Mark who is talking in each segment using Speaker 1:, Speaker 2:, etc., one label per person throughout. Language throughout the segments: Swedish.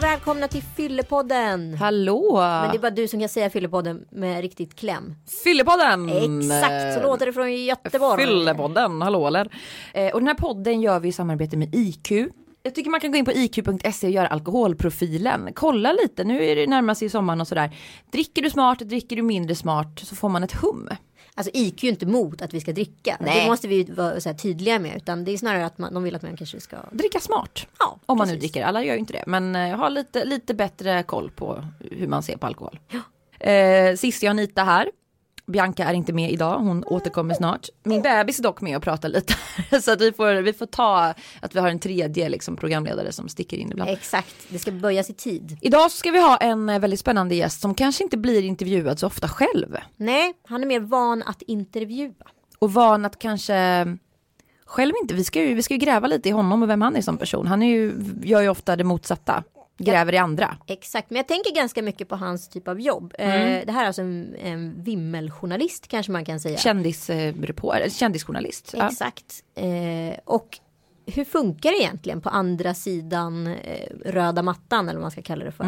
Speaker 1: välkomna till Fyllepodden!
Speaker 2: Hallå!
Speaker 1: Men det är bara du som kan säga Fyllepodden med riktigt kläm.
Speaker 2: Fyllepodden!
Speaker 1: Exakt, så låter det från Göteborg.
Speaker 2: Fyllepodden, hallå eller? Eh, och den här podden gör vi i samarbete med IQ. Jag tycker man kan gå in på IQ.se E och göra alkoholprofilen. Kolla lite, nu är det närmar sig sommaren och sådär. Dricker du smart, dricker du mindre smart så får man ett hum.
Speaker 1: Alltså IQ är inte mot att vi ska dricka.
Speaker 2: Nej.
Speaker 1: Det måste vi ju vara så här, tydliga med. Utan det är snarare att man, de vill att man kanske ska...
Speaker 2: Dricka smart.
Speaker 1: Ja,
Speaker 2: Om man nu
Speaker 1: precis.
Speaker 2: dricker, alla gör ju inte det. Men eh, ha lite, lite bättre koll på hur man ser på alkohol. Eh, Cissi och Anita här. Bianca är inte med idag, hon återkommer snart. Min bebis är dock med och pratar lite. så att vi, får, vi får ta att vi har en tredje liksom, programledare som sticker in ibland.
Speaker 1: Exakt, det ska börjas i tid.
Speaker 2: Idag så ska vi ha en eh, väldigt spännande gäst som kanske inte blir intervjuad så ofta själv.
Speaker 1: Nej, han är mer van att intervjua.
Speaker 2: Och van att kanske själv inte, vi ska ju, vi ska ju gräva lite i honom och vem han är som person. Han är ju, gör ju ofta det motsatta, gräver i andra.
Speaker 1: Exakt, men jag tänker ganska mycket på hans typ av jobb.
Speaker 2: Mm.
Speaker 1: Eh, det här är alltså en, en vimmeljournalist kanske man kan säga.
Speaker 2: Kändisreporter, kändisjournalist. Ja.
Speaker 1: Exakt. Eh, och hur funkar det egentligen på andra sidan eh, röda mattan eller vad man ska kalla det för.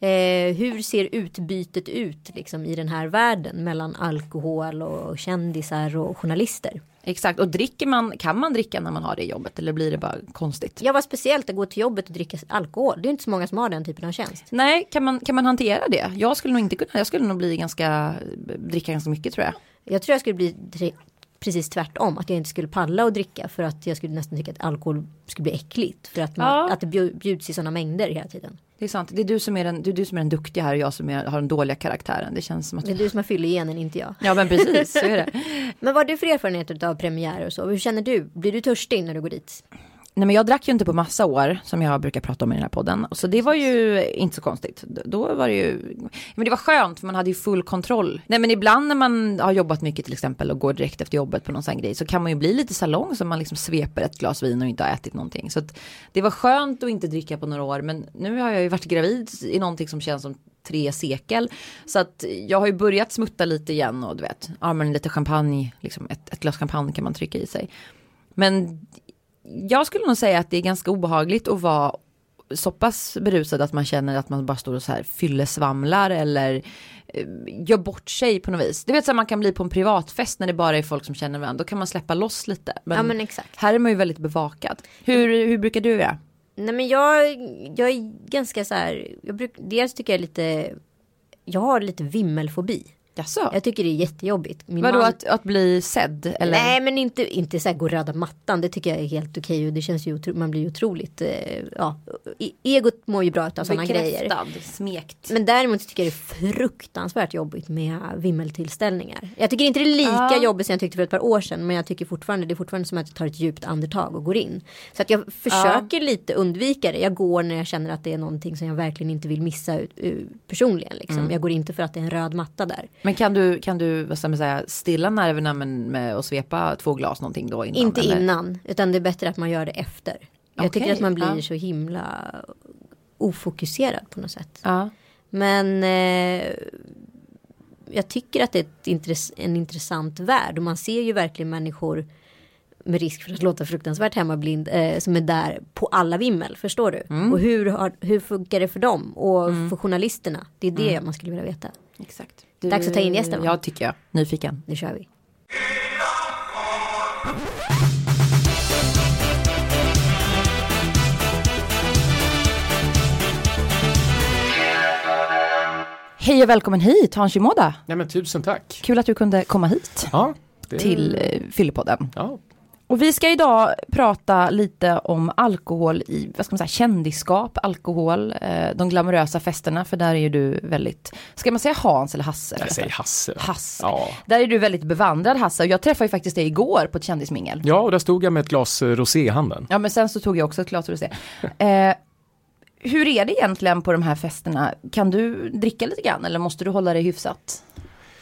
Speaker 1: Eh, hur ser utbytet ut liksom, i den här världen mellan alkohol och kändisar och journalister?
Speaker 2: Exakt, och dricker man, kan man dricka när man har det jobbet eller blir det bara konstigt?
Speaker 1: Ja, vad speciellt att gå till jobbet och dricka alkohol. Det är inte så många som har den typen av tjänst.
Speaker 2: Nej, kan man, kan man hantera det? Jag skulle nog inte kunna, jag skulle nog bli ganska, dricka ganska mycket tror jag.
Speaker 1: Jag tror jag skulle bli tre- precis tvärtom. Att jag inte skulle palla att dricka för att jag skulle nästan tycka att alkohol skulle bli äckligt. För att, man,
Speaker 2: Ja.
Speaker 1: att det bjud- bjuds i sådana mängder hela tiden.
Speaker 2: Det är sant, det är du som är den, det är du som är den duktiga här och jag som är, har den dåliga karaktären. Det känns som att...
Speaker 1: Det är du som har fyllogenen, inte jag.
Speaker 2: Ja men precis, så är det.
Speaker 1: Men vad har du för erfarenhet av premiärer och så? Hur känner du? Blir du törstig när du går dit?
Speaker 2: Nej men jag drack ju inte på massa år som jag brukar prata om i den här podden. Så det var ju inte så konstigt. D- Då var det ju, men det var skönt för man hade ju full kontroll. Nej men ibland när man har jobbat mycket till exempel och går direkt efter jobbet på någon sån här grej så kan man ju bli lite salong så man liksom sveper ett glas vin och inte har ätit någonting. Så att det var skönt att inte dricka på några år men nu har jag ju varit gravid i någonting som känns som tre sekel. Så att jag har ju börjat smutta lite igen och du vet, ja men lite champagne, liksom ett, ett glas champagne kan man trycka i sig. Men jag skulle nog säga att det är ganska obehagligt att vara så pass berusad att man känner att man bara står och så här fyllesvamlar eller eh, gör bort sig på något vis. Du vet så här, man kan bli på en privatfest när det bara är folk som känner varandra. Då kan man släppa loss lite. Men,
Speaker 1: Ja men exakt.
Speaker 2: här är man ju väldigt bevakad. Hur, hur brukar du göra?
Speaker 1: Nej men jag, jag är ganska så här. Jag bruk, dels tycker jag lite. Jag har lite vimmelfobi.
Speaker 2: Jaså?
Speaker 1: Jag tycker det är jättejobbigt. Min
Speaker 2: Vadå
Speaker 1: man-
Speaker 2: att, att bli sedd? Eller?
Speaker 1: Nej men inte, inte så här gå röda mattan. Det tycker jag är helt okej. Och det känns ju otro, man blir ju otroligt. Eh, ja, e- egot mår ju bra av sådana grejer.
Speaker 2: smekt.
Speaker 1: Men däremot så tycker jag det är fruktansvärt jobbigt med vimmeltillställningar. Jag tycker inte det är lika
Speaker 2: Ja.
Speaker 1: jobbigt som jag tyckte för ett par år sedan. Men jag tycker fortfarande, det är fortfarande som att jag tar ett djupt andetag och går in. Så att jag försöker lite undvika det. Jag går när jag känner att det är någonting som jag verkligen inte vill missa ut, ut, personligen. Liksom.
Speaker 2: Mm.
Speaker 1: Jag går inte för att det är en röd matta där.
Speaker 2: Men kan du, kan du vad ska man säga, stilla nerverna men med att svepa två glas någonting då? Innan,
Speaker 1: inte
Speaker 2: eller?
Speaker 1: innan, utan det är bättre att man gör det efter. Jag
Speaker 2: Okej,
Speaker 1: tycker att man blir
Speaker 2: ja.
Speaker 1: så himla ofokuserad på något sätt.
Speaker 2: Ja.
Speaker 1: Men eh, jag tycker att det är ett intress- en intressant värld. Och man ser ju verkligen människor med risk för att låta fruktansvärt hemmablind eh, som är där på alla vimmel. Förstår du?
Speaker 3: Mm.
Speaker 1: Och hur, har, hur funkar det för dem och för journalisterna? Det är det
Speaker 3: Mm.
Speaker 1: man skulle vilja veta.
Speaker 2: Exakt.
Speaker 1: Dags att ta in gästen, va?
Speaker 2: Ja, tycker jag. Nyfiken.
Speaker 1: Nu kör vi.
Speaker 2: Hej och välkommen hit, Hans Shimoda.
Speaker 3: Nej men tusen tack.
Speaker 2: Kul att du kunde komma hit
Speaker 3: Ja, det,
Speaker 2: till eh, Fyllepodden.
Speaker 3: ja,
Speaker 2: Och vi ska idag prata lite om alkohol i, vad ska man säga, kändisskap, alkohol, eh, de glamorösa festerna, för där är ju du väldigt, ska man säga Hans eller Hasse?
Speaker 3: jag säger Hasse.
Speaker 2: Hasse.
Speaker 3: Ja.
Speaker 2: Där är du väldigt bevandrad Hasse, och jag träffade ju faktiskt dig igår på ett kändismingel.
Speaker 3: ja, och där stod jag med ett glas eh, rosé i handen.
Speaker 2: Ja men sen så tog jag också ett glas rosé. Eh, hur är det egentligen på de här festerna? Kan du dricka lite grann eller måste du hålla dig hyfsat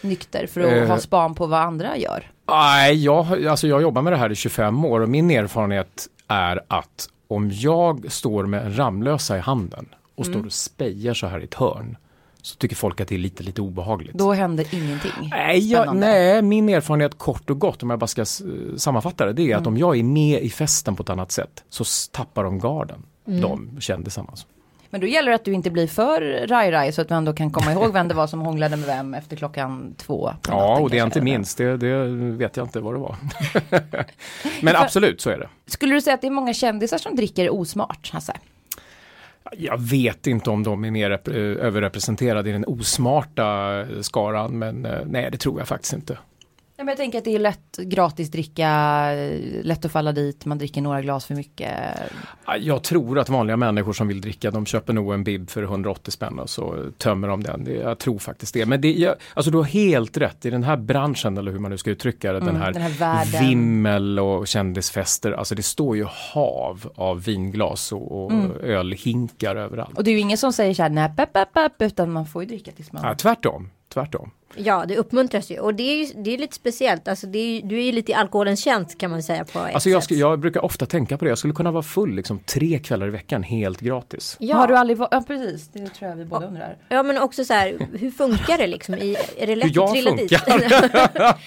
Speaker 2: nykter för att
Speaker 3: Eh.
Speaker 2: ha span på vad andra gör?
Speaker 3: Nej, jag, har- alltså jag jobbar med det här i 25 år och min erfarenhet är att om jag står med en Ramlösa i handen och står och spejar så här i ett hörn så tycker folk att det är lite, lite obehagligt.
Speaker 2: Då händer ingenting.
Speaker 3: Nej, jag,
Speaker 2: Spännande.
Speaker 3: nej, min erfarenhet kort och gott om jag bara ska s- sammanfatta det, det är
Speaker 2: Mm.
Speaker 3: att
Speaker 2: Mm.
Speaker 3: om jag är med i festen på ett annat sätt så s- tappar de garden, de kändisarna. Alltså.
Speaker 2: Men då gäller det att du inte blir för raj-raj så att man då kan komma ihåg vem det var som hånglade med vem efter klockan två. på
Speaker 3: Ja,
Speaker 2: natten
Speaker 3: och
Speaker 2: kanske,
Speaker 3: det jag inte
Speaker 2: eller?
Speaker 3: minst, det, det vet jag inte vad det var. Men absolut, så är det.
Speaker 2: Skulle du säga att det är många kändisar som dricker osmart, Hasse?
Speaker 3: Jag vet inte om de är mer rep- eh, överrepresenterade i den osmarta eh, skaran, men eh, nej, det tror jag faktiskt inte.
Speaker 2: Ja, men jag tänker att det är lätt gratis dricka, eh, lätt att falla dit, man dricker några glas för mycket.
Speaker 3: Ah, Jag tror att vanliga människor som vill dricka, de köper nog en bib för 180 spänn och så tömmer de den. Det, jag tror faktiskt det. Men det, jag, alltså du har helt rätt, i den här branschen, eller hur man nu ska uttrycka det,
Speaker 2: Mm,
Speaker 3: den här,
Speaker 2: den här världen.
Speaker 3: vimmel och kändisfester, alltså det står ju hav av vinglas och,
Speaker 2: Mm.
Speaker 3: och ölhinkar överallt.
Speaker 2: Och det är ju ingen som säger så här, nej, pep, pep, pep, utan man får ju dricka tills man...
Speaker 3: Ah, tvärtom, tvärtom.
Speaker 1: Ja, det uppmuntras ju. Och det är ju det är lite speciellt. Alltså, det är, ju- du är ju lite i alkoholens tjänst kan man säga på ett
Speaker 3: Alltså jag,
Speaker 1: sätt.
Speaker 3: skulle- jag brukar ofta tänka på det, jag skulle kunna vara full liksom tre kvällar i veckan helt gratis.
Speaker 1: Ja.
Speaker 2: Har du aldrig varit... Ja, precis, det tror jag vi båda undrar.
Speaker 1: Ja men också så här, hur funkar det liksom? I, är det lätt
Speaker 3: Hur jag
Speaker 1: att trilla dit?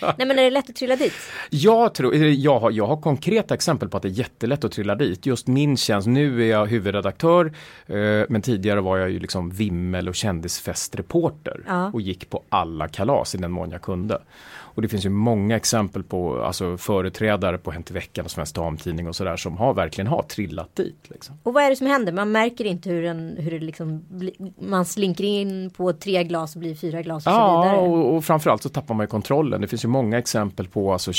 Speaker 1: Nej men är det lätt att trilla dit?
Speaker 3: Jag, tror, eh, jag, har, jag har konkreta exempel på att det är jättelätt att trilla dit. Just min tjänst, nu är jag huvudredaktör eh, men tidigare var jag ju liksom vimmel och kändisfestreporter
Speaker 1: Ja.
Speaker 3: och gick på alla kalas i den mån jag kunde. Och det finns ju många exempel på alltså, företrädare på Hänt i veckan och Svensk Damtidning och sådär som har, verkligen har trillat dit. Liksom.
Speaker 1: Och vad är det som händer? Man märker inte hur, den, hur det liksom bli, man slinker in på tre glas och blir fyra glas och så
Speaker 3: Ja,
Speaker 1: vidare.
Speaker 3: och, och framförallt så tappar man ju kontrollen. Det finns ju många exempel på alltså,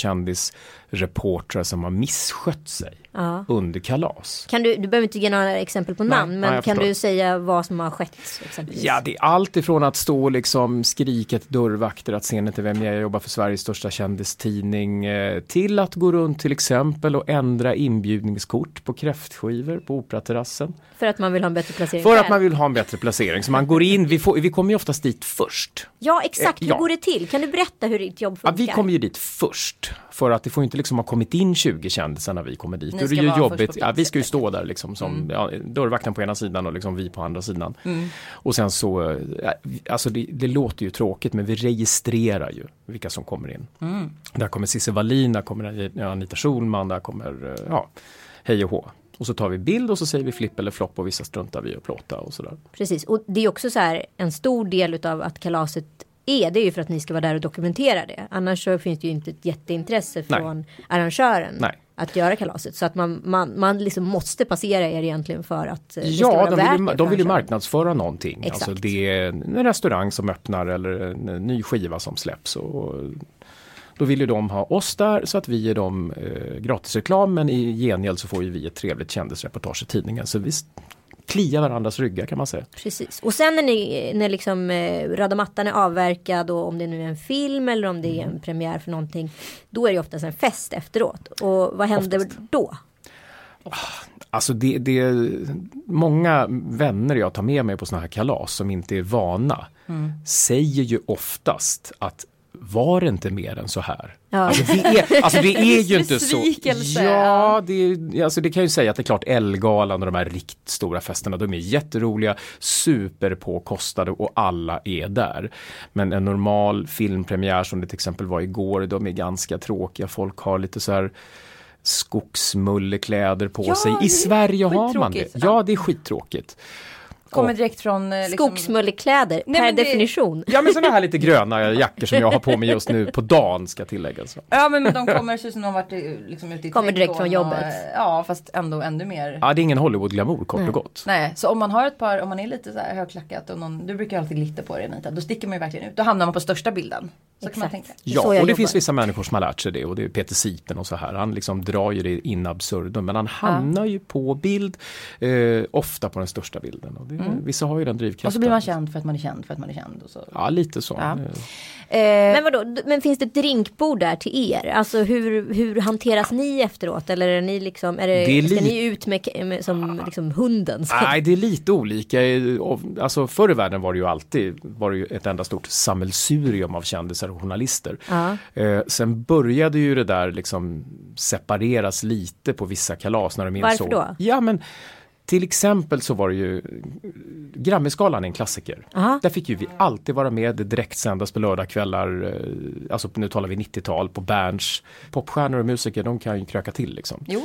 Speaker 3: kändisreportrar som har misskött sig
Speaker 1: Ja.
Speaker 3: under kalas.
Speaker 1: Kan du, du behöver inte ge några exempel på namn men
Speaker 3: nej, jag
Speaker 1: kan
Speaker 3: förstår.
Speaker 1: du säga vad som har skett? Exempelvis?
Speaker 3: Ja, det är allt ifrån att stå och liksom skrika till dörrvakter att ser ni inte vem jag är, jag jobbar för Sveriges största kändistidning. eh, Till att gå runt till exempel och ändra inbjudningskort på kräftskivor på operaterrassen.
Speaker 1: För att man vill ha en bättre placering
Speaker 3: För att
Speaker 1: själv.
Speaker 3: man vill ha en bättre placering. Så man går in, vi, får, vi kommer ju oftast dit först.
Speaker 1: Ja exakt, hur
Speaker 3: Eh, ja.
Speaker 1: går det till? Kan du berätta hur ditt jobb
Speaker 3: Ja,
Speaker 1: funkar?
Speaker 3: vi kommer ju dit först. För att det får ju inte liksom ha kommit in 20 kändisar när vi kommer dit.
Speaker 2: Ni
Speaker 3: Då är det
Speaker 2: ska
Speaker 3: ju
Speaker 2: vara först på
Speaker 3: jobbigt. Ja, vi
Speaker 2: plats, Mm.
Speaker 3: ska ju stå där liksom som ja, dörrvakten på ena sidan och liksom vi på andra sidan. Och sen så, eh, alltså det, det låter ju tråkigt men vi registrerar ju vilka som kommer
Speaker 2: Mm.
Speaker 3: in. Där kommer Cissi Wallin, där kommer Anita Schulman, där kommer, eh, ja, hej och hå. Och så tar vi bild och så säger vi flipp eller flopp och vissa struntar vi och plåta och
Speaker 2: Mm.
Speaker 3: sådär.
Speaker 1: Precis, och det är också så här en stor del utav att kalaset är, det är ju för att ni ska vara där och dokumentera det. Annars så finns det ju inte ett jätteintresse
Speaker 3: Nej.
Speaker 1: från arrangören
Speaker 3: Nej.
Speaker 1: att göra kalaset. Så att man, man, man liksom måste passera er egentligen för att eh, det ska
Speaker 3: Ja,
Speaker 1: vara
Speaker 3: de
Speaker 1: värt
Speaker 3: vill,
Speaker 1: det
Speaker 3: ju,
Speaker 1: för
Speaker 3: de vill ju
Speaker 1: arrangören.
Speaker 3: marknadsföra någonting.
Speaker 1: Exakt.
Speaker 3: Alltså det är en restaurang som öppnar eller en ny skiva som släpps. Och då vill ju de ha oss där så att vi ger dem eh, gratisreklam men i gengäld så får ju vi ett trevligt kändisreportage i tidningen. Så vi s- kliar varandras ryggar kan man säga.
Speaker 1: Precis. Och sen när, ni, när liksom eh, röda mattan är avverkad och om det nu är en film eller om det är
Speaker 3: Mm.
Speaker 1: en premiär för någonting. Då är det ju oftast en fest efteråt. Och vad händer då?
Speaker 3: Alltså det, det är många vänner jag tar med mig på såna här kalas som inte är vana säger ju oftast att var det inte mer än så här?
Speaker 1: Ja.
Speaker 3: Alltså, det är, alltså det är ju inte så.
Speaker 2: Besvikelse.
Speaker 3: Ja, det, är- alltså det kan ju säga att det är klart Ellegalan och de här riktigt stora festerna, de är jätteroliga, superpåkostade och alla är där. Men en normal filmpremiär som det till exempel var igår, de är ganska tråkiga, folk har lite så här skogsmullekläder på
Speaker 2: Ja,
Speaker 3: sig.
Speaker 2: det är
Speaker 3: I Sverige har man det.
Speaker 2: skittråkigt.
Speaker 3: Ja, det är skittråkigt.
Speaker 2: Kommer direkt från... eh, Liksom,
Speaker 1: Skogsmullekläder
Speaker 2: Nej,
Speaker 1: per
Speaker 2: men det- eh,
Speaker 1: definition.
Speaker 3: Ja, men sådana här lite gröna jackor som jag har på mig just nu på dagen ska tilläggas.
Speaker 2: Ja men men de kommer så som de varit i- liksom ute i
Speaker 1: Kommer direkt
Speaker 2: trädgården
Speaker 1: från
Speaker 2: och,
Speaker 1: jobbet.
Speaker 2: eh, Ja fast ändå ännu mer.
Speaker 3: Ja, det är ingen Hollywood-glamour kort och gott.
Speaker 2: Nej, så om man har ett par, om man är lite så här högklackat och någon, du brukar ju alltid glitta på dig Anita, då sticker man ju verkligen ut. Då hamnar man på största bilden. Så kan man
Speaker 1: Exakt.
Speaker 2: tänka.
Speaker 1: Det är
Speaker 3: Ja,
Speaker 1: så
Speaker 3: och
Speaker 1: jag
Speaker 3: det
Speaker 1: jobbar.
Speaker 3: finns vissa människor som har lärt sig det och det är Peter Sipen och så här. Han liksom drar ju det in absurdum men han hamnar ju på bild, eh, ofta på den största bilden. Och det, Vissa har ju den drivkraften.
Speaker 2: Mm. Och så blir man känd för att man är känd för att man är känd. Och så.
Speaker 3: Ja, lite så.
Speaker 2: Ja.
Speaker 3: Eh,
Speaker 2: Eh,
Speaker 1: Men vadå, d- men finns det ett drinkbord där till er? Alltså hur, hur hanteras ni efteråt? Eller är ni liksom, är det,
Speaker 3: Det är
Speaker 1: ska
Speaker 3: li- Ah.
Speaker 1: ni ut med, k- med som liksom hunden?
Speaker 3: Nej, det är lite olika. Alltså, förr i världen var det ju alltid var det ju ett enda stort sammelsurium av kändisar och journalister.
Speaker 1: Ja.
Speaker 3: Eh, sen började ju det där liksom separeras lite på vissa kalas när de
Speaker 1: Varför
Speaker 3: insåg.
Speaker 1: då?
Speaker 3: Ja, men Till exempel så var det ju Grammyskalan är en klassiker.
Speaker 1: Aha.
Speaker 3: Där fick ju vi alltid vara med, det direktsändas på lördagskvällar, eh, alltså nu talar vi 90-tal, på Berns. Popstjärnor och musiker, de kan ju kröka till liksom.
Speaker 2: Jo,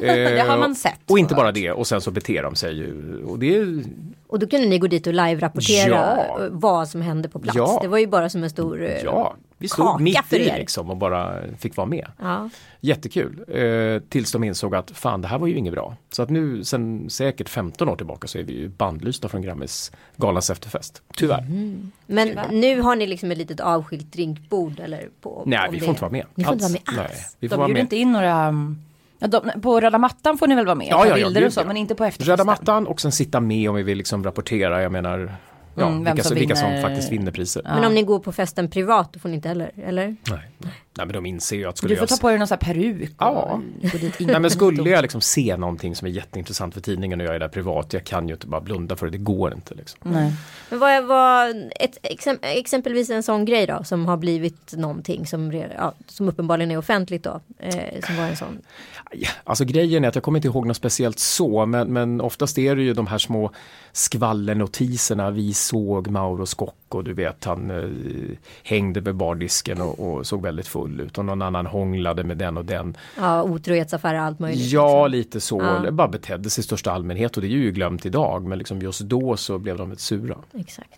Speaker 3: det
Speaker 2: har man sett.
Speaker 3: Eh, Och inte bara det, och sen så beter de sig ju. Och det är,
Speaker 1: Och då kunde ni gå dit och live-rapportera
Speaker 3: Ja.
Speaker 1: eh, vad som hände på plats.
Speaker 3: Ja.
Speaker 1: Det var ju bara som en stor eh,
Speaker 3: ja, vi
Speaker 1: kaka
Speaker 3: stod mitt
Speaker 1: för
Speaker 3: i
Speaker 1: er.
Speaker 3: liksom och bara fick vara med.
Speaker 1: Ja.
Speaker 3: Jättekul, eh, tills de insåg att fan det här var ju inget bra. Så att nu sen säkert 15 år tillbaka så är vi ju bandlysta från Grammis galans efterfest. Tyvärr.
Speaker 1: Men nu har ni liksom ett litet avskilt drinkbord eller på.
Speaker 3: Nej,
Speaker 1: om
Speaker 3: vi
Speaker 1: det-
Speaker 3: får inte vara med.
Speaker 1: Ni får inte vara med alls.
Speaker 3: Nej, vi får
Speaker 2: de
Speaker 3: vara
Speaker 2: bjuder
Speaker 3: med.
Speaker 2: inte in några... um, Ja, de, på röda mattan får ni väl vara med?
Speaker 3: Ja,
Speaker 2: ta
Speaker 3: ja, ja,
Speaker 2: bilder
Speaker 3: gud,
Speaker 2: och så,
Speaker 3: ja.
Speaker 2: men inte på efterfesten.
Speaker 3: Rädda mattan och sen sitta med om vi vill liksom rapportera, jag menar, ja,
Speaker 2: Mm, vem
Speaker 3: vilka,
Speaker 2: som
Speaker 3: som vilka som
Speaker 2: vinner.
Speaker 3: faktiskt vinner priser.
Speaker 1: Men om ni går på festen privat då får ni inte heller, eller?
Speaker 3: Nej. Nej, men de inser ju att skulle
Speaker 2: Du får
Speaker 3: jag...
Speaker 2: ta på dig någon sån här peruk. och
Speaker 3: Ja.
Speaker 2: Gå dit
Speaker 3: Nej men skulle jag liksom se någonting som är jätteintressant för tidningen och jag är där privat, jag kan ju inte bara blunda för det, det går inte liksom.
Speaker 2: Nej.
Speaker 1: Men vad var ett, exem, exempelvis en sån grej då som har blivit någonting som, re- ja, som uppenbarligen är offentligt då. Eh, som var en sån.
Speaker 3: Aj, Alltså grejen är att jag kommer inte ihåg något speciellt så, men, men oftast är det ju de här små skvallernotiserna, vi såg Mauro Scocco, du vet han eh, hängde vid bardisken och, och såg väldigt full ut och någon annan hånglade med den och den.
Speaker 1: Ja, otrohetsaffärer och allt möjligt.
Speaker 3: Ja,
Speaker 1: liksom.
Speaker 3: lite så.
Speaker 1: Ja.
Speaker 3: Det bara betedde sig i största allmänhet och det är ju glömt idag. Men liksom just då så blev de ett sura.
Speaker 1: Exakt.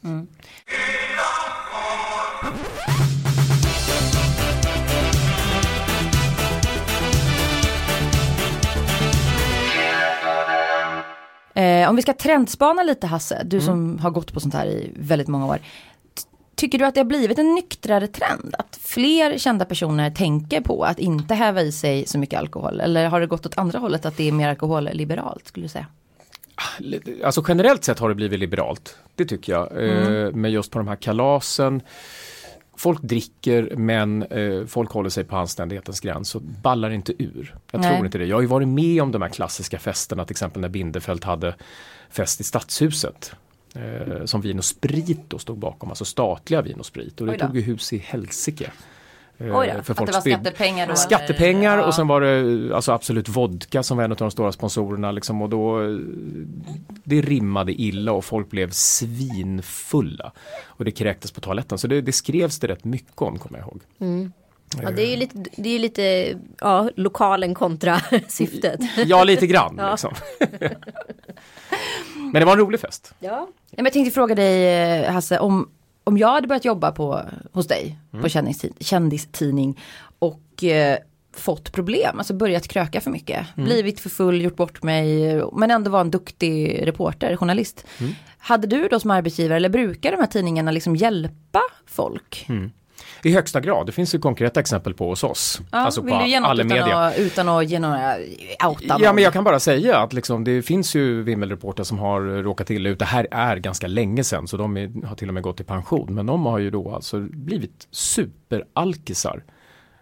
Speaker 2: Eh, om vi ska trendspana lite Hasse,
Speaker 3: Mm.
Speaker 2: du som har gått på sånt här i väldigt många år. T- Tycker du att det har blivit en nyktrare trend? Att fler kända personer tänker på att inte häva i sig så mycket alkohol? Eller har det gått åt andra hållet att det är mer alkoholliberalt skulle du säga?
Speaker 3: Alltså generellt sett har det blivit liberalt. Det tycker jag. Eh,
Speaker 2: Mm.
Speaker 3: men just på de här kalasen. Folk dricker men eh, folk håller sig på anständighetens gräns och ballar inte ur. Jag
Speaker 2: Nej.
Speaker 3: tror inte det. Jag har ju varit med om de här klassiska festerna, till exempel när Bindefeld hade fest i Stadshuset. Eh, som Vin och Sprit då stod bakom, alltså statliga Vin och Sprit. Och det
Speaker 2: Oj då.
Speaker 3: tog ju hus i helsike. Eh,
Speaker 1: Oj då,
Speaker 3: för
Speaker 1: att
Speaker 3: folk
Speaker 2: att det var
Speaker 3: spydde-
Speaker 2: skattepengar då?
Speaker 3: Skattepengar
Speaker 2: eller?
Speaker 3: och sen var det alltså Absolut Vodka som var en av de stora sponsorerna liksom, och då eh, det rimmade illa och folk blev svinfulla. Och det kräktes på toaletten så det, det skrevs det rätt mycket om kommer jag ihåg.
Speaker 1: Ja, det är ju lite, det är ju lite ja, lokalen kontra syftet.
Speaker 3: Ja lite grann liksom. Men det var en rolig fest.
Speaker 1: Ja.
Speaker 2: Nej, men jag tänkte fråga dig eh, Hasse, om, om jag hade börjat jobba på, hos dig
Speaker 3: Mm.
Speaker 2: på kändistid, kändistidning och eh, fått problem, alltså börjat kröka för mycket,
Speaker 3: Mm.
Speaker 2: blivit för full, gjort bort mig, men ändå var en duktig reporter, journalist.
Speaker 3: Mm.
Speaker 2: Hade du då som arbetsgivare, eller brukar de här tidningarna liksom hjälpa folk?
Speaker 3: Mm. I högsta grad, det finns ju konkreta exempel på hos oss.
Speaker 2: Ja, vill du ge något
Speaker 3: all
Speaker 2: utan,
Speaker 3: Alltså media.
Speaker 2: att, utan att ge några eh, outa
Speaker 3: Ja
Speaker 2: någon?
Speaker 3: men jag kan bara säga att liksom, det finns ju vimmelreportrar som har eh, råkat illa ut. Det här är ganska länge sedan så de är, har till och med gått i pension. Men de har ju då alltså blivit superalkisar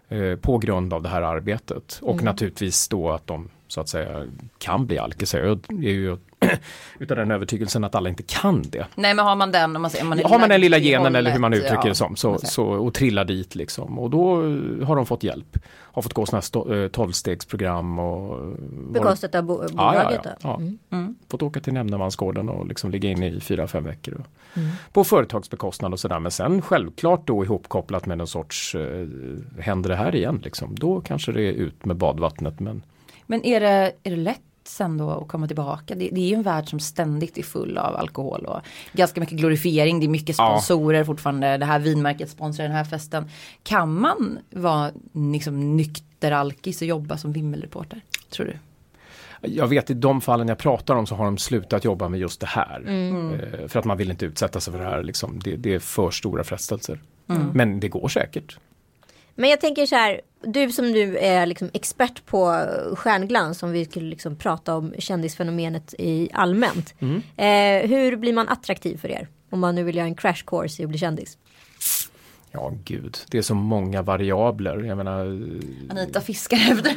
Speaker 3: eh, på grund av det här arbetet.
Speaker 2: Mm.
Speaker 3: Och naturligtvis då att de så att säga kan bli alkisar. Jag är ju utav den övertygelsen att alla inte kan det.
Speaker 2: Nej men har man den, om man, säger- om man är
Speaker 3: Har man den lilla
Speaker 2: åt det
Speaker 3: genen eller hur man
Speaker 2: hållet,
Speaker 3: uttrycker
Speaker 2: ja,
Speaker 3: det som så,
Speaker 2: man säger.
Speaker 3: så, och trillar dit liksom. Och då eh, har de fått hjälp. Har fått gå sådana här sto- eh, tolvstegsprogram och eh, varit
Speaker 1: Bekostat av bo-
Speaker 3: Ja, ja,
Speaker 1: bolaget
Speaker 3: ja.
Speaker 1: då.
Speaker 3: ja. Fått åka till nämndemansgården och liksom ligga inne i fyra, fem veckor. Och, På företagsbekostnad och sådär. Men sen självklart då ihopkopplat med någon sorts, eh, händer det här igen liksom. Då kanske det är ut med badvattnet. Men
Speaker 2: Men är det, är det lätt sen då att komma tillbaka? Det, det är ju en värld som ständigt är full av alkohol och ganska mycket glorifiering. Det är mycket
Speaker 3: Ja.
Speaker 2: sponsorer fortfarande. Det här vinmärket sponsrar den här festen. Kan man vara liksom nykter alkis och jobba som vimmelreporter? Tror du?
Speaker 3: jag vet i de fallen jag pratar om så har de slutat jobba med just det här. Eh, för att man vill inte utsätta sig för det här liksom. det, det är för stora frestelser. Men det går säkert.
Speaker 1: Men jag tänker så här, du som nu är liksom expert på stjärnglans, om vi skulle liksom prata om kändisfenomenet i allmänt.
Speaker 3: Mm.
Speaker 1: Eh, hur blir man attraktiv för er? Om man nu vill göra en crash course i att bli kändis.
Speaker 3: Ja, gud, det är så många variabler. Jag menar,
Speaker 2: Anita fiskar efter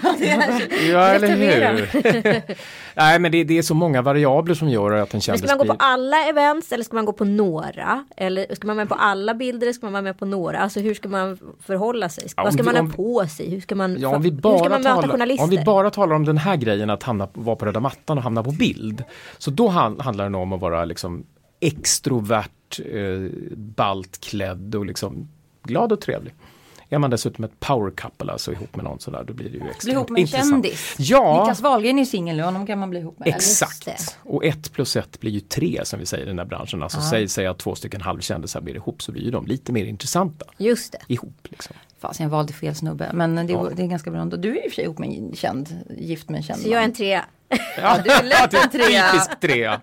Speaker 3: ja, eller hur? Nej, men det, det är så många variabler som gör att en
Speaker 1: Men
Speaker 3: kändis
Speaker 1: ska man gå på
Speaker 3: blir-
Speaker 1: alla events eller ska man gå på några? Eller ska man vara med på alla bilder eller ska man vara med på några? Alltså hur ska man förhålla sig?
Speaker 3: Ja, om
Speaker 1: Vad ska
Speaker 3: vi-
Speaker 1: man
Speaker 3: om-
Speaker 1: ha på sig? Hur ska man,
Speaker 3: Ja, om, vi
Speaker 1: hur ska
Speaker 3: bara
Speaker 1: man möta
Speaker 3: talar,
Speaker 1: journalister?
Speaker 3: om vi bara talar om den här grejen att hamna, vara på röda mattan och hamna på bild. Så då han, handlar det nog om att vara liksom extrovert, eh, ballt klädd och liksom glad och trevlig. Är man dessutom ett power couple, alltså ihop med någon sådär, då blir det ju extremt
Speaker 2: Bli ihop med en
Speaker 3: intressant.
Speaker 2: kändis.
Speaker 3: Ja,
Speaker 2: Niklas Wahlgren är ju singel nu, honom kan man bli ihop med. eller?
Speaker 1: Just
Speaker 3: exakt. Och ett plus ett blir ju tre som vi säger i den här branschen. Alltså säg, säg att två stycken halvkändisar blir ihop så blir ju de lite mer intressanta
Speaker 1: Just det.
Speaker 3: ihop. Liksom.
Speaker 2: Fasen jag valde fel snubbe. Men det, det är ganska bra ändå. Du är ju i och för sig ihop med en känd, gift med en känd
Speaker 1: Så jag är
Speaker 2: man.
Speaker 1: en trea.
Speaker 2: Ja, du är lätt en trea.
Speaker 3: Typisk trea.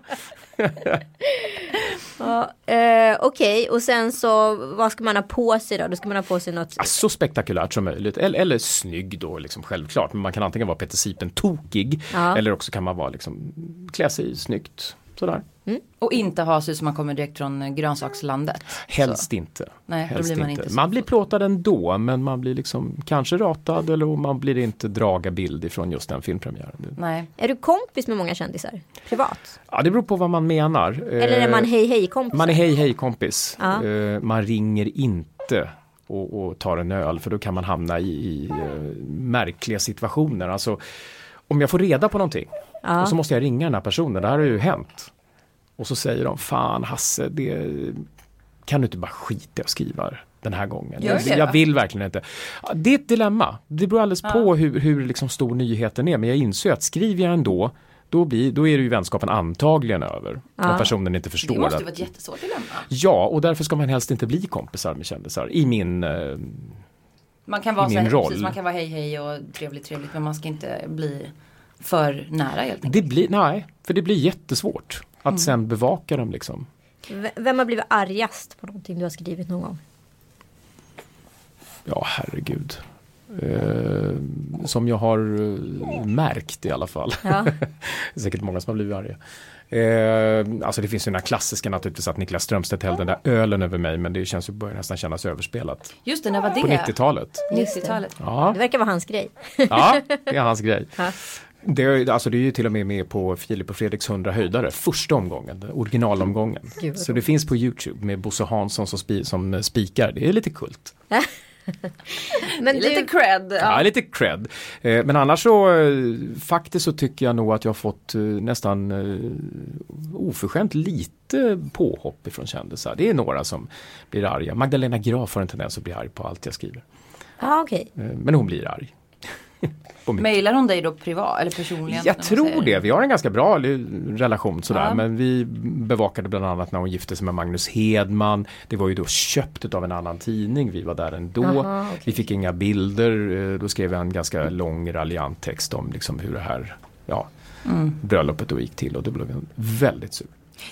Speaker 1: Ja, eh, Okej, och sen så vad ska man ha på sig då? Då ska man ha på sig något.
Speaker 3: Ja, så spektakulärt som möjligt. Eller, eller snygg då, liksom självklart. Men man kan antingen vara Peter Sipen tokig
Speaker 1: Ja.
Speaker 3: eller också kan man vara liksom, klä sig snyggt. Sådär.
Speaker 2: Och inte ha sig som man kommer direkt från eh, grönsakslandet.
Speaker 3: Helst inte.
Speaker 2: Nej, då
Speaker 3: Helst
Speaker 2: blir man inte så-
Speaker 3: man blir plåtad ändå men man blir liksom kanske ratad eller man blir inte draga bild ifrån just den filmpremiären.
Speaker 2: Nej.
Speaker 1: Är du kompis med många kändisar? Privat?
Speaker 3: Ja, det beror på vad man menar.
Speaker 1: Eller är man
Speaker 3: Eh,
Speaker 1: hej hej kompis?
Speaker 3: man är hej hej kompis.
Speaker 1: Ja.
Speaker 3: Eh, Man ringer inte och, och tar en öl för då kan man hamna i, i eh, märkliga situationer. Alltså, om jag får reda på någonting
Speaker 1: Ja.
Speaker 3: och så måste jag ringa den här personen, det här har ju hänt. Och så säger de, fan Hasse, det kan du inte bara skita i att skriva den här gången.
Speaker 2: Gör
Speaker 3: Jag,
Speaker 2: det då.
Speaker 3: jag vill verkligen inte. Ja, Det är ett dilemma. Det beror alldeles på hur, hur liksom stor nyheten är. Men jag inser att skriver jag ändå, då, blir, då är det ju vänskapen antagligen över. Om personen inte förstår
Speaker 2: Det måste ju
Speaker 3: att
Speaker 2: vara ett jättesvårt dilemma.
Speaker 3: Ja, och därför ska man helst inte bli kompisar med kändisar. I min... Eh,
Speaker 2: Man kan vara,
Speaker 3: I
Speaker 2: så här,
Speaker 3: min roll.
Speaker 2: Precis, man kan vara hej hej och trevligt trevligt men man ska inte bli för nära helt enkelt.
Speaker 3: det blir, Mm. nej, för det blir jättesvårt att sen bevaka dem liksom.
Speaker 1: V- Vem har blivit argast på någonting du har skrivit någon gång?
Speaker 3: Ja, herregud. Eh, som jag har eh, märkt i alla fall.
Speaker 1: Ja.
Speaker 3: Det är säkert många som har blivit arga. Eh, alltså det finns ju den här klassiska naturligtvis att Niklas Strömstedt hällde den där ölen över mig men det känns ju börjar nästan kännas överspelat.
Speaker 2: Just det, när var det?
Speaker 3: På 90-talet.
Speaker 2: 90-talet.
Speaker 3: Ja,
Speaker 1: Det verkar vara hans grej.
Speaker 3: ja, det är hans grej.
Speaker 1: Ja.
Speaker 3: Det är, ju- alltså det är ju till och med med på Filip och Fredriks 100 höjdare, första omgången, den originalomgången.
Speaker 1: Gud, vad
Speaker 3: Så det finns på Youtube med Bosse Hansson som, spi, som eh, spikar, det är lite kult.
Speaker 1: Men
Speaker 2: Det är
Speaker 1: du,
Speaker 2: Lite cred.
Speaker 3: Ja.
Speaker 2: Ja.
Speaker 3: lite cred. Eh, Men annars så eh, faktiskt så tycker jag nog att jag har fått eh, nästan eh, oförskämt lite påhopp ifrån kändisar. Det är några som blir arga. Magdalena Graaf har en tendens att bli arg på allt jag skriver.
Speaker 1: ja okej.
Speaker 3: Eh, Men hon blir arg. på mycket.
Speaker 2: Mailar hon dig då privat eller personligen?
Speaker 3: Jag
Speaker 2: när man
Speaker 3: tror
Speaker 2: säger-
Speaker 3: det. Vi har en ganska bra li- relation sådär.
Speaker 2: Ja.
Speaker 3: Men vi bevakade bland annat när hon gifte sig med Magnus Hedman. Det var ju då köpt av en annan tidning. Vi var där ändå.
Speaker 1: Aha, okej.
Speaker 3: Vi fick inga bilder. Eh, Då skrev jag en ganska lång raljant text om liksom hur det här ja,
Speaker 2: Mm.
Speaker 3: bröllopet då gick till. Och då blev jag väldigt sur.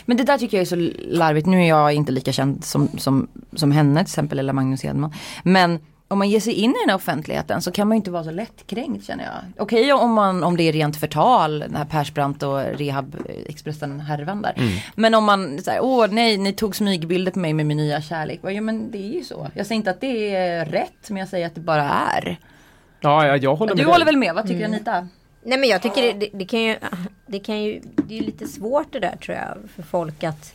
Speaker 2: Men det där tycker jag är så larvigt. Nu är jag inte lika känd som, som, som henne till exempel eller Magnus Hedman. Men om man ger sig in i den här offentligheten så kan man ju inte vara så lättkränkt känner jag. Okej om, man, om det är rent förtal, den här Persbrandt och Rehab-Expressen-härvan där.
Speaker 3: Mm.
Speaker 2: Men om man säger, åh nej ni tog smygbilder på mig med min nya kärlek. Ja men det är ju så. Jag säger inte att det är rätt men jag säger att det bara är.
Speaker 3: Ja, jag, jag håller
Speaker 2: Du
Speaker 3: med dig. Mm.
Speaker 2: håller väl med, vad tycker Anita?
Speaker 1: Nej men jag tycker det, det, det kan ju, det kan ju, det är ju lite svårt det där tror jag för folk att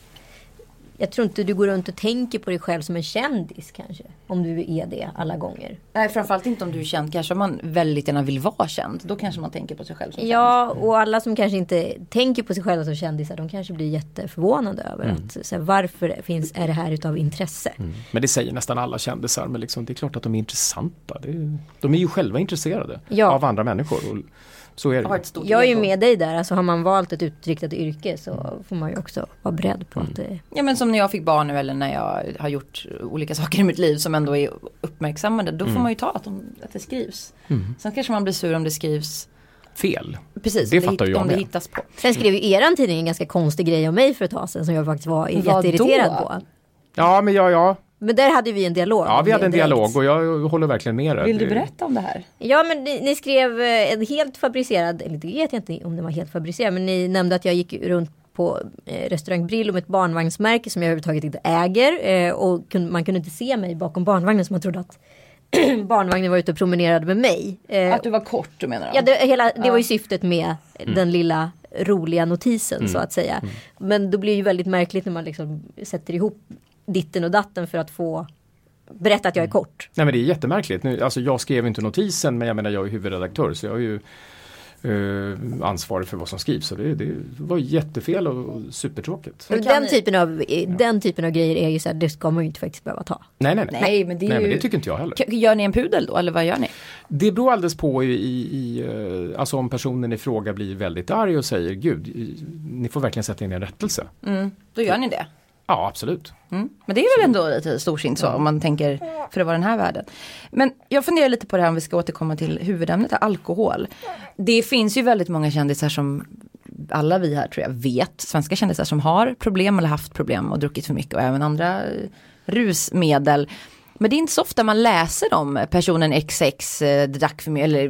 Speaker 1: jag tror inte du går runt och tänker på dig själv som en kändis kanske. Om du är det alla gånger.
Speaker 2: Nej framförallt inte om du är känd, kanske om man väldigt gärna vill vara känd. Då kanske man tänker på sig själv som känd.
Speaker 1: Ja, och alla som kanske inte tänker på sig själva som kändisar, de kanske blir jätteförvånade över
Speaker 3: Mm.
Speaker 1: att så här, varför finns, är det här utav intresse?
Speaker 3: Men det säger nästan alla kändisar. Men liksom, det är klart att de är intressanta. Det är, de är ju själva intresserade
Speaker 1: Ja.
Speaker 3: av andra människor. Och så är det
Speaker 2: Har
Speaker 3: ju.
Speaker 2: ett stort
Speaker 1: Jag är ju
Speaker 2: ego.
Speaker 1: med dig där, alltså har man valt ett utriktat yrke så får man ju också vara beredd på att
Speaker 3: Mm.
Speaker 1: eh, det
Speaker 2: Ja men som när jag fick barn nu eller när jag har gjort olika saker i mitt liv som ändå är uppmärksammade. Då
Speaker 3: Mm.
Speaker 2: får man ju ta att, de, att det skrivs. Sen kanske man blir sur om det skrivs.
Speaker 3: Fel.
Speaker 2: Precis,
Speaker 3: Det
Speaker 2: om,
Speaker 3: fattar
Speaker 2: hitt-
Speaker 3: jag
Speaker 2: om det
Speaker 3: med.
Speaker 2: hittas på.
Speaker 1: Sen skrev ju eran tidning en ganska konstig grej om mig för ett tag sedan som jag faktiskt var jätteirriterad på.
Speaker 3: Ja, men ja, ja.
Speaker 1: Men där hade vi en dialog.
Speaker 3: Ja,
Speaker 1: om
Speaker 3: vi hade
Speaker 1: det
Speaker 3: en
Speaker 1: direkt.
Speaker 3: dialog och jag håller verkligen med dig.
Speaker 2: Vill du
Speaker 3: Det-
Speaker 2: berätta om det här?
Speaker 1: Ja, men ni, ni skrev eh, en helt fabricerad, eller det vet jag inte om den var helt fabricerad, men ni nämnde att jag gick runt på eh, restaurang Brillo med ett barnvagnsmärke som jag överhuvudtaget inte äger. Eh, och kun, man kunde inte se mig bakom barnvagnen som man trodde att barnvagnen var ute och promenerade med mig. Eh,
Speaker 2: Att du var kort du menar
Speaker 1: ja, det, hela, det var ju syftet med den lilla roliga notisen så att säga. Men då blir det ju väldigt märkligt när man liksom sätter ihop ditten och datten för att få berätta att jag är kort.
Speaker 3: Nej men det är jättemärkligt. Nu, alltså jag skrev inte notisen men jag menar jag är huvudredaktör så jag är ju eh, ansvarig för vad som skrivs. Så det, det var jättefel och, och supertråkigt.
Speaker 1: Men
Speaker 2: kan
Speaker 1: Den
Speaker 2: ni-
Speaker 1: typen, av, eh, den typen av grejer är ju så här, det ska man ju inte faktiskt behöva ta.
Speaker 3: Nej nej nej.
Speaker 2: Nej men det är
Speaker 3: Nej
Speaker 2: ju...
Speaker 3: men det tycker inte jag heller.
Speaker 2: K- Gör ni en pudel då eller vad gör ni?
Speaker 3: Det beror alldeles på i, i, i, eh, alltså om personen i fråga blir väldigt arg och säger gud, i- ni får verkligen sätta in en rättelse.
Speaker 2: Då gör ni det.
Speaker 3: Ja absolut.
Speaker 2: Mm. Men det är väl ändå lite storsint så om man tänker för att vara den här världen. Men jag funderar lite på det här om vi ska återkomma till huvudämnet, här, alkohol. Det finns ju väldigt många kändisar som alla vi här tror jag vet, svenska kändisar som har problem eller haft problem och druckit för mycket och även andra eh, rusmedel. Men det är inte så ofta man läser om personen XX eh, drack för mycket eller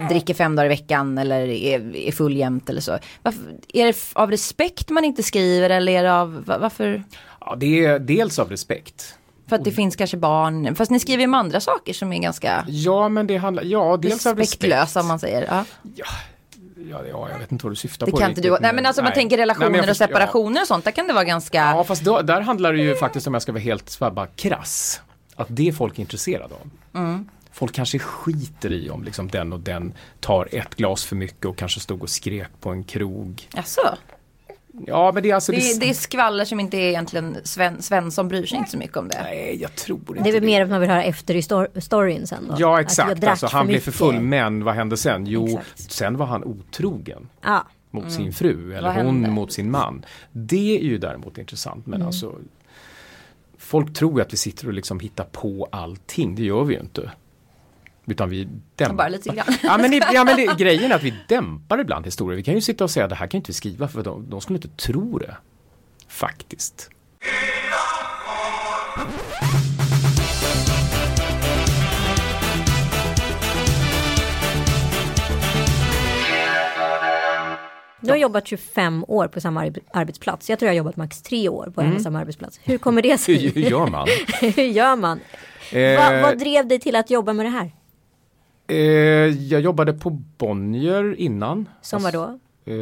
Speaker 2: eh, dricker fem dagar i veckan eller är, är full jämt eller så. Varför, är det f- av respekt man inte skriver eller är det av, va- varför?
Speaker 3: Ja, det är dels av respekt.
Speaker 2: För att det finns kanske barn, fast ni skriver ju om andra saker som är ganska
Speaker 3: Ja men det handlar, ja dels av respekt.
Speaker 2: respektlösa om man säger. Ja.
Speaker 3: Ja, det- ja jag vet inte vad du syftar
Speaker 2: Det
Speaker 3: på
Speaker 2: kan inte du, nej men alltså man tänker relationer
Speaker 3: Nej, men jag
Speaker 2: och
Speaker 3: förstår- ja.
Speaker 2: separationer och sånt, där kan det vara ganska,
Speaker 3: Ja, fast då, där handlar det ju faktiskt, om jag ska vara helt så här bara krass, att det folk är intresserade av.
Speaker 2: Mm.
Speaker 3: Folk kanske skiter i om liksom den och den tar ett glas för mycket och kanske stod och skrek på en krog.
Speaker 2: alltså,
Speaker 3: Ja, men det är alltså...
Speaker 2: det, är- det är skvaller som inte är egentligen, Sven, Svensson bryr sig inte så mycket om det.
Speaker 3: Nej, jag tror inte
Speaker 1: Det är väl mer att man vill höra efter i stor- storyn sen då.
Speaker 3: Ja,
Speaker 1: Att
Speaker 3: exakt.
Speaker 1: jag drack
Speaker 3: alltså, han blev för
Speaker 1: mycket.
Speaker 3: full, men vad hände sen? Jo,
Speaker 1: Exakt.
Speaker 3: sen var han otrogen.
Speaker 1: Ja.
Speaker 3: mot sin fru eller
Speaker 2: Mm. Vad
Speaker 3: hon
Speaker 2: hände? Mm.
Speaker 3: mot sin man. Det är ju däremot intressant men alltså Folk tror ju att vi sitter och liksom hittar på allting, det gör vi ju inte. Utan vi dämpar.
Speaker 2: Bara lite grann.
Speaker 3: Ja men, i- ja, men det, grejen är att vi dämpar ibland historier. Vi kan ju sitta och säga det här kan ju inte vi skriva för de, de skulle inte tro det. Faktiskt.
Speaker 1: Du har jobbat 25 år på samma arb- arbetsplats. Jag tror jag har jobbat max tre år på en och samma arbetsplats. Hur kommer det sig?
Speaker 3: Mm. Hur, hur gör man?
Speaker 1: Hur gör man? Va,
Speaker 3: Eh,
Speaker 1: vad drev dig till att jobba med det här?
Speaker 3: eh, jag jobbade på Bonnier innan.
Speaker 1: Som var då?
Speaker 3: Eh,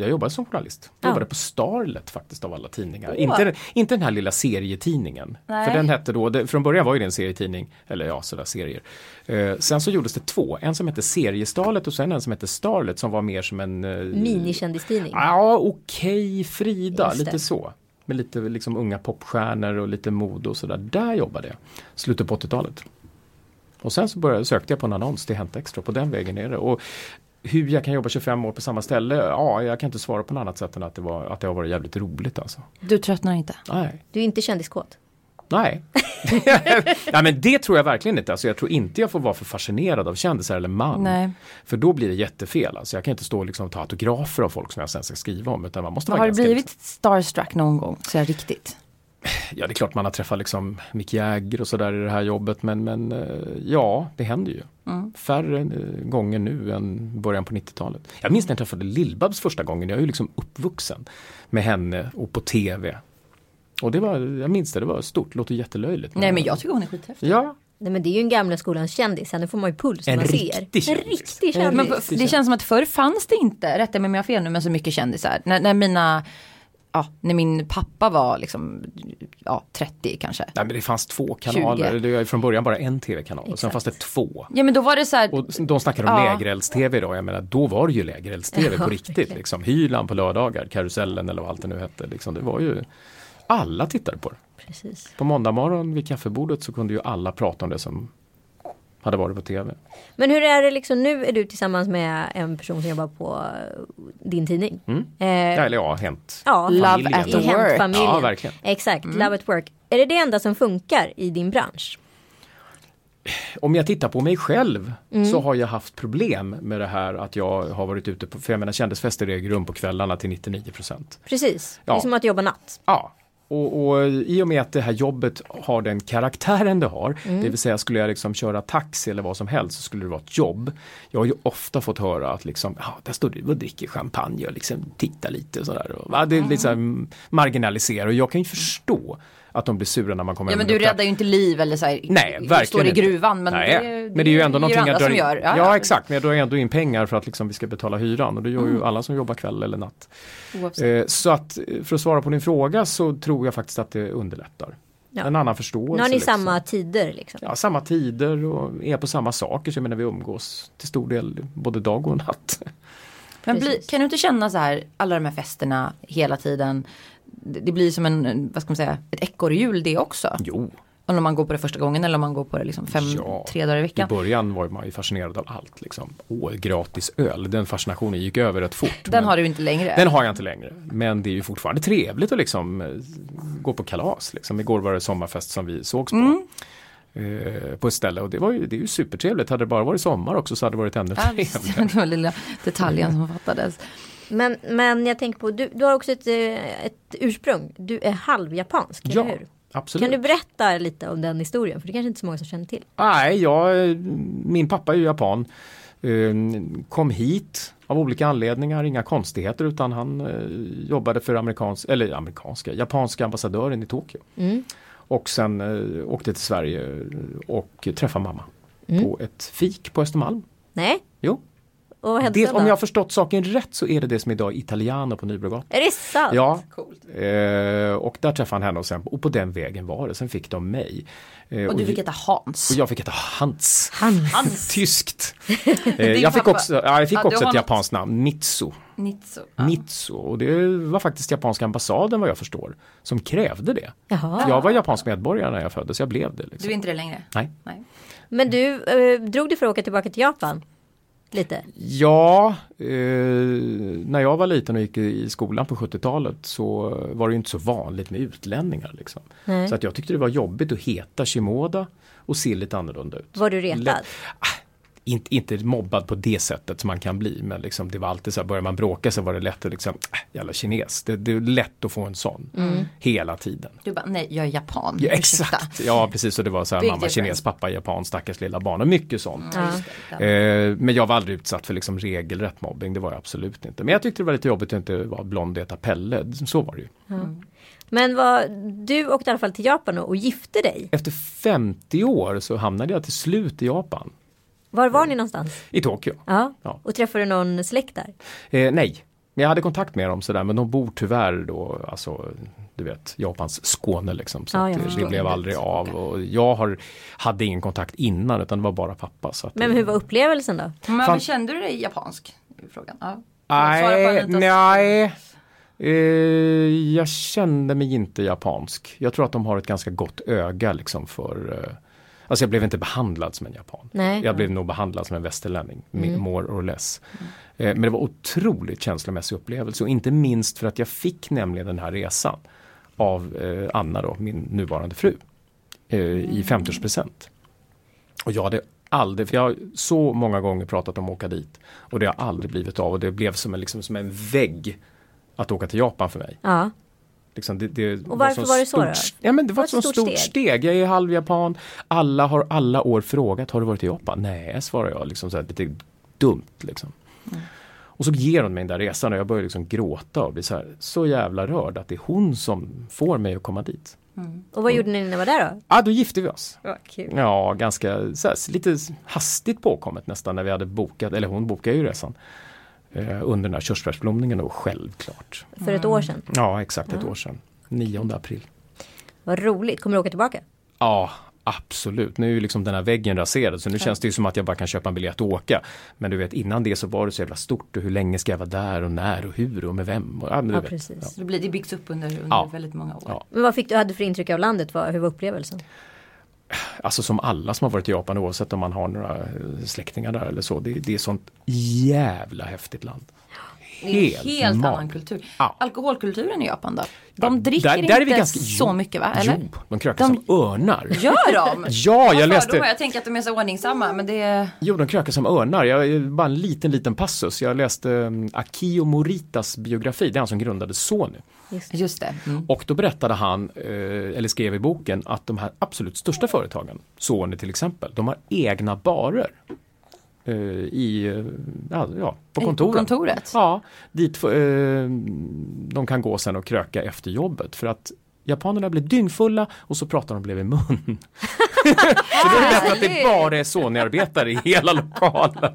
Speaker 3: Jag jobbade som journalist. Jag
Speaker 1: Ja.
Speaker 3: jobbade på Starlet faktiskt av alla tidningar. Inte, inte den här lilla serietidningen.
Speaker 2: Nej.
Speaker 3: För den hette då, det, från början var ju det en serietidning, eller ja sådär serier. Eh, sen så gjordes det två, en som hette Seriestalet och sen en som hette Starlet som var mer som en... Eh,
Speaker 1: Minikändistidning?
Speaker 3: Ja, okej Frida,
Speaker 1: Just det.
Speaker 3: lite så. Med lite liksom unga popstjärnor och lite mode och sådär. Där jobbade jag, slutet på 80-talet. Och sen så började, sökte jag på en annons till Hänt Extra, på den vägen är det. Och hur jag kan jobba 25 år på samma ställe, ja jag kan inte svara på något annat sätt än att det, var, att det har varit jävligt roligt alltså.
Speaker 2: Du tröttnar inte?
Speaker 3: Nej.
Speaker 1: Du är inte kändiskåt?
Speaker 3: Nej. Nej men det tror jag verkligen inte. Alltså, jag tror inte jag får vara för fascinerad av kändisar eller man.
Speaker 2: Nej.
Speaker 3: För då blir det jättefel. Alltså, jag kan inte stå liksom och ta autografer av folk som jag sen ska skriva om. Utan man måste vara
Speaker 2: Har du
Speaker 3: ganska
Speaker 2: blivit starstruck någon gång? Så jag riktigt.
Speaker 3: Ja, det är klart man har träffat liksom Mick Jagger och sådär i det här jobbet men, men eh, ja, det händer ju.
Speaker 2: Mm.
Speaker 3: Färre eh, gånger nu än början på 90-talet. Jag minns när jag träffade Lill-Babs första gången, jag är ju liksom uppvuxen med henne och på TV. Och det var, jag minns det, det var stort, låter jättelöjligt.
Speaker 2: Nej men jag tycker hon är skithäftig.
Speaker 3: Ja,
Speaker 1: Nej men det är ju en gamla skolans kändis, henne får man ju puls när
Speaker 3: En
Speaker 1: man
Speaker 3: riktig
Speaker 1: ser.
Speaker 3: kändis. Mm.
Speaker 1: En riktig
Speaker 3: En
Speaker 1: kändis.
Speaker 2: Men på- det känns som att förr fanns det inte, rätta mig om jag har fel nu, men så mycket kändisar. När, när mina, ja, när min pappa var liksom, ja, 30 kanske.
Speaker 3: nej, men det fanns två kanaler,
Speaker 2: 20.
Speaker 3: det var ju från början bara en TV-kanal och sen fanns det två.
Speaker 2: Ja men då var det så här,
Speaker 3: Och de snackar
Speaker 2: Ja.
Speaker 3: om lägerelds-tv då, jag menar då var det ju lägerelds-tv
Speaker 1: Ja,
Speaker 3: på riktigt.
Speaker 1: verkligen.
Speaker 3: Liksom. Hylan på lördagar, karusellen eller vad allt det nu hette. Liksom. Det var ju, alla tittade på det.
Speaker 1: Precis.
Speaker 3: På måndag morgon vid kaffebordet så kunde ju alla prata om det som hade varit på tv.
Speaker 1: Men hur är det liksom, nu är du tillsammans med en person som jobbar på eh, din tidning. Eh,
Speaker 3: Mm. Ja, eller ja, hänt.
Speaker 1: Ja,
Speaker 2: Love
Speaker 3: familjen.
Speaker 2: at
Speaker 1: i
Speaker 2: work. Mm.
Speaker 1: hemfamiljen.
Speaker 3: Ja, verkligen.
Speaker 1: Exakt, love at work. Är det det enda som funkar i din bransch?
Speaker 3: Om jag tittar på mig själv
Speaker 1: Mm.
Speaker 3: så har jag haft problem med det här att jag har varit ute på, för jag menar kändisfester äger rum på kvällarna till 99 procent.
Speaker 1: Precis, det
Speaker 3: Ja.
Speaker 1: är som att jobba natt.
Speaker 3: Ja, Och, och i och med att det här jobbet har den karaktären det har,
Speaker 2: Mm.
Speaker 3: det vill säga skulle jag liksom köra taxi eller vad som helst så skulle det vara ett jobb. Jag har ju ofta fått höra att liksom, ja, där står du och dricker champagne och liksom tittar lite och sådär. Och, ja, det
Speaker 2: Mm.
Speaker 3: är liksom marginaliserar och jag kan ju förstå att de blir sura när man kommer
Speaker 2: Ja
Speaker 3: hem
Speaker 2: men
Speaker 3: och
Speaker 2: du
Speaker 3: luktar.
Speaker 2: räddar ju inte liv eller så här,
Speaker 3: Nej,
Speaker 2: du
Speaker 3: verkligen
Speaker 2: står i
Speaker 3: inte.
Speaker 2: gruvan. Men,
Speaker 3: Nej, men det är ju ändå någonting
Speaker 2: andra
Speaker 3: jag drar
Speaker 2: som
Speaker 3: in.
Speaker 2: gör.
Speaker 3: Ja, exakt, men jag drar ändå in pengar för att liksom vi ska betala hyran och det gör
Speaker 2: Mm.
Speaker 3: ju alla som jobbar kväll eller natt.
Speaker 2: Oavsett.
Speaker 3: Eh, så att eh, för att svara på din fråga så tror jag faktiskt att det underlättar.
Speaker 1: Ja.
Speaker 3: En annan förståelse.
Speaker 1: Nu har ni
Speaker 3: liksom.
Speaker 1: samma tider liksom.
Speaker 3: Ja, samma tider och är på samma saker, så jag menar vi umgås till stor del både dag och natt.
Speaker 2: Men bli,
Speaker 1: Precis.
Speaker 2: kan du inte känna så här, alla de här festerna hela tiden. Det, det blir som en, en, vad ska man säga, ett ekorrhjul det också.
Speaker 3: Jo,
Speaker 2: Om man går på det första gången eller om man går på det liksom fem,
Speaker 3: Ja.
Speaker 2: tre dagar i
Speaker 3: i
Speaker 2: veckan.
Speaker 3: början var man ju fascinerad av allt. Liksom. Åh, gratis öl, den fascinationen gick över rätt fort.
Speaker 2: Den
Speaker 3: men-
Speaker 2: har du inte längre.
Speaker 3: Den har jag inte längre. Men det är ju fortfarande trevligt att liksom eh, gå på kalas. Liksom. Igår var det sommarfest som vi sågs på.
Speaker 1: Mm.
Speaker 3: Eh, på ett ställe och det, var ju, det är ju supertrevligt. Hade det bara varit sommar också så hade det varit ännu
Speaker 2: Ja,
Speaker 3: trevligare.
Speaker 2: visst. det var lilla detaljen som fattades.
Speaker 1: Men, men jag tänker på, du, du har också ett, eh, ett ursprung. Du är halvjapansk,
Speaker 3: Ja,
Speaker 1: eller hur?
Speaker 3: absolut.
Speaker 1: Kan du berätta lite om den historien? För det kanske inte är så många som känner till.
Speaker 3: Nej, jag, min pappa är ju japan. Eh, Kom hit av olika anledningar, inga konstigheter utan han eh, jobbade för amerikans, eller amerikanska, japanska ambassadören i Tokyo.
Speaker 1: Mm.
Speaker 3: Och sen eh, åkte till Sverige och träffade mamma
Speaker 1: Mm.
Speaker 3: på ett fik på Östermalm.
Speaker 1: Nej,
Speaker 3: Jo,
Speaker 1: och vad hände
Speaker 3: det,
Speaker 1: sen
Speaker 3: om
Speaker 1: då?
Speaker 3: jag har förstått saken rätt så är det det som idag är Italiano på Nybrogatan.
Speaker 1: Är det sant?
Speaker 3: Ja, eh, och där träffade han henne och, sen, och på den vägen var det. Sen fick de mig. Eh,
Speaker 2: Och du fick
Speaker 3: vi-
Speaker 2: heta Hans.
Speaker 3: och jag fick heta Hans.
Speaker 1: Hans.
Speaker 3: Tyskt. Eh, jag fick
Speaker 2: pappa-
Speaker 3: också, ja, jag fick
Speaker 2: Ja, du
Speaker 3: också
Speaker 2: har något-
Speaker 3: ett japanskt namn, Mitsu.
Speaker 2: Nitsu.
Speaker 3: Mitsu. Och det var faktiskt japanska ambassaden vad jag förstår som krävde det.
Speaker 1: Jaha.
Speaker 3: Jag var japansk medborgare när jag föddes, jag blev det. Liksom.
Speaker 2: Du är inte det längre?
Speaker 3: Nej.
Speaker 2: Nej.
Speaker 1: Men du, eh, drog du för att åka tillbaka till Japan? Lite?
Speaker 3: Ja, eh, när jag var liten och gick i i skolan på 70-talet så var det ju inte så vanligt med utlänningar. Liksom.
Speaker 1: Nej.
Speaker 3: Så att jag tyckte det var jobbigt att heta Shimoda och se lite annorlunda ut.
Speaker 1: Var du retad?
Speaker 3: Lätt. Ah, inte, inte mobbad på det sättet som man kan bli men liksom det var alltid så här, börjar man bråka så var det lätt att liksom, äh, jävla kines. Det, det är lätt att få en sån hela tiden.
Speaker 2: Du bara, nej jag är japan.
Speaker 3: Ja,
Speaker 2: Mm. Ursäkta.
Speaker 3: exakt, ja precis och det var så här,
Speaker 2: Big
Speaker 3: mamma
Speaker 2: difference.
Speaker 3: kines, pappa japan, stackars lilla barn och mycket sånt.
Speaker 2: Ja, just det. Den.
Speaker 3: Eh, men jag var aldrig utsatt för liksom regelrätt mobbing, det var jag absolut inte. Men jag tyckte det var lite jobbigt att inte vara blond och heta Pelle, så var det ju.
Speaker 1: Men vad, du åkte i alla fall till Japan och, och gifte dig.
Speaker 3: Efter 50 år så hamnade jag till slut i Japan,
Speaker 1: Var var ni någonstans?
Speaker 3: i Tokyo.
Speaker 1: Ja.
Speaker 3: Ja.
Speaker 1: Och träffade du någon släkt där?
Speaker 3: Eh, nej, men jag hade kontakt med dem sådär men de bor tyvärr då, alltså du vet, Japans Skåne liksom. Så
Speaker 1: Ja,
Speaker 3: att
Speaker 1: jag
Speaker 3: det- det
Speaker 1: förstår.
Speaker 3: blev aldrig av och jag har, hade ingen kontakt innan utan det var bara pappa. Så att, eh,
Speaker 1: Men hur var upplevelsen då?
Speaker 2: Men
Speaker 3: Fan.
Speaker 2: kände du dig japansk? Är Frågan. Ja. Svara på
Speaker 3: Nej,
Speaker 2: Anitas-
Speaker 3: nej. Eh, jag kände mig inte japansk. Jag tror att de har ett ganska gott öga liksom för eh, Alltså jag blev inte behandlad som en japan.
Speaker 1: Nej.
Speaker 3: Jag blev nog behandlad som en västerlänning, m-
Speaker 2: Mm.
Speaker 3: more or less. Eh, Men det var otroligt känslomässig upplevelse och inte minst för att jag fick nämligen den här resan av eh, Anna då, min nuvarande fru, eh,
Speaker 2: Mm.
Speaker 3: i 50-årspresent. Och jag hade aldrig, för jag har så många gånger pratat om att åka dit och det har aldrig blivit av och det blev som en, liksom, som en vägg att åka till Japan för mig.
Speaker 1: Ja.
Speaker 3: Liksom det, det och
Speaker 1: varför var det så då?
Speaker 3: Ja, men det var
Speaker 1: var
Speaker 3: ett
Speaker 1: ett
Speaker 3: så
Speaker 1: stort
Speaker 3: stort steg.
Speaker 1: steg.
Speaker 3: Jag är halvjapan. Alla har alla år frågat, har du varit i Japan? Nej, svarar jag. Liksom så här, lite dumt liksom.
Speaker 1: Mm.
Speaker 3: Och så ger hon mig den där resan och jag börjar liksom gråta och blir så, här, så jävla rörd att det är hon som får mig att komma dit.
Speaker 1: Och vad gjorde ni när ni var där då?
Speaker 3: Ja, ah, då gifte vi oss.
Speaker 1: Vad kul.
Speaker 3: Ja, ganska så här, lite hastigt påkommet nästan när vi hade bokat, eller hon bokade ju resan. Eh, under den här körsbärsblomningen då, självklart.
Speaker 1: För ett år sedan.
Speaker 3: Ja, exakt ett år sedan. 9 april.
Speaker 1: Vad roligt. Kommer du åka tillbaka?
Speaker 3: Ja, absolut. Nu är ju liksom den här väggen raserad så nu känns det ju som att jag bara kan köpa en biljett och åka. Men du vet innan det så var det så jävla stort och hur länge ska jag vara där och när och hur och med vem. Och, ja, men du
Speaker 1: Ja,
Speaker 3: vet.
Speaker 1: precis.
Speaker 2: Så det, blir, det byggs upp under, under
Speaker 3: Ja.
Speaker 2: väldigt många år.
Speaker 3: Ja.
Speaker 1: Men vad fick du, hade du för intryck av landet? Vad, hur var upplevelsen?
Speaker 3: Alltså som alla som har varit i Japan oavsett om man har några eh, släktingar där eller så. Det, det är sånt jävla häftigt land.
Speaker 2: Det är
Speaker 3: helt,
Speaker 2: en helt
Speaker 3: mag.
Speaker 2: annan kultur.
Speaker 3: Ja.
Speaker 2: Alkoholkulturen i Japan då? De
Speaker 3: Ja,
Speaker 2: dricker
Speaker 3: där- där är vi
Speaker 2: inte
Speaker 3: ganska-
Speaker 2: så
Speaker 3: jo,
Speaker 2: mycket va? Eller?
Speaker 3: Jo, de krökar som örnar.
Speaker 2: Gör de?
Speaker 3: Ja, jag
Speaker 2: Vad
Speaker 3: läste-
Speaker 2: fördomar? Jag tänker att de är så ordningsamma men det är...
Speaker 3: Jo, de krökar som örnar. Jag, bara en liten, liten passus. Jag läste um, Akio Moritas biografi, det är han som grundade Sony.
Speaker 2: Just det. Mm.
Speaker 3: Och då berättade han, eh, eller skrev i boken, att de här absolut största företagen, Sony till exempel, de har egna barer. eh, I, eh, ja, ja, på
Speaker 2: I- på
Speaker 3: kontoren.
Speaker 2: kontoret?
Speaker 3: Ja, dit får, eh, de kan gå sen och kröka efter jobbet för att japanerna blir dyngfulla och så pratar de bredvid mun. så det är bättre att det bara är Sony-arbetare i hela lokalen.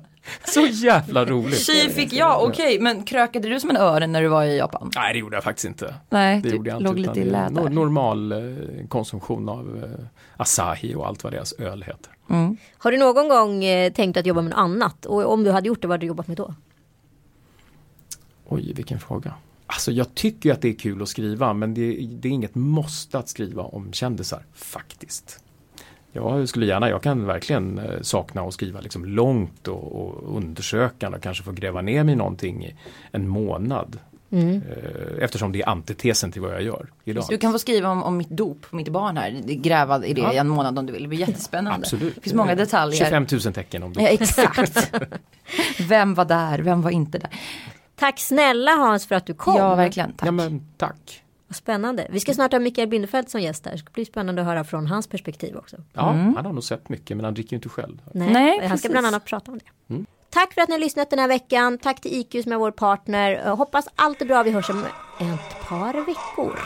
Speaker 3: Så jävla roligt.
Speaker 2: Tji fick jag,
Speaker 3: Mm.
Speaker 2: okej men krökade du som en öre när du var i Japan?
Speaker 3: Nej, det gjorde jag faktiskt inte.
Speaker 2: Nej,
Speaker 3: Det
Speaker 2: du
Speaker 3: gjorde jag inte.
Speaker 2: låg lite
Speaker 3: utan
Speaker 2: i
Speaker 3: det är
Speaker 2: lä
Speaker 3: nor-
Speaker 2: där.
Speaker 3: normal eh, konsumtion av eh, Asahi och allt vad deras öl heter.
Speaker 1: Har du någon gång eh, tänkt att jobba med något annat? Och om du hade gjort det, vad hade du jobbat med då?
Speaker 3: Oj, vilken fråga. Alltså jag tycker ju att det är kul att skriva men det, det är inget måste att skriva om kändisar, faktiskt. Jag skulle gärna, jag kan verkligen eh, sakna att skriva liksom långt och, och undersökande och kanske få gräva ner mig i någonting i en månad.
Speaker 2: Mm.
Speaker 3: Eh, Eftersom det är antitesen till vad jag gör idag.
Speaker 2: Så Du kan få skriva om, om mitt dop, mitt barn här, gräva i det
Speaker 3: Ja.
Speaker 2: i en månad om du vill, det blir jättespännande.
Speaker 3: Absolut.
Speaker 2: Det finns många detaljer.
Speaker 3: 25 000 tecken om du
Speaker 2: Ja, exakt. vem var där, vem var inte där?
Speaker 1: Tack snälla Hans för att du kom.
Speaker 2: Ja, verkligen. Tack.
Speaker 3: Ja men tack.
Speaker 1: Vad spännande. Vi ska snart ha Mikael Bindefeld som gäst här. Det ska bli spännande att höra från hans perspektiv också.
Speaker 3: Ja, han har nog sett mycket men han dricker ju inte själv.
Speaker 1: Nej,
Speaker 2: Nej,
Speaker 1: han ska
Speaker 2: precis.
Speaker 1: bland annat prata om det. Tack för att ni har lyssnat den här veckan. Tack till IQ som är vår partner. Eh, Hoppas allt är bra. Vi hörs om ett par veckor.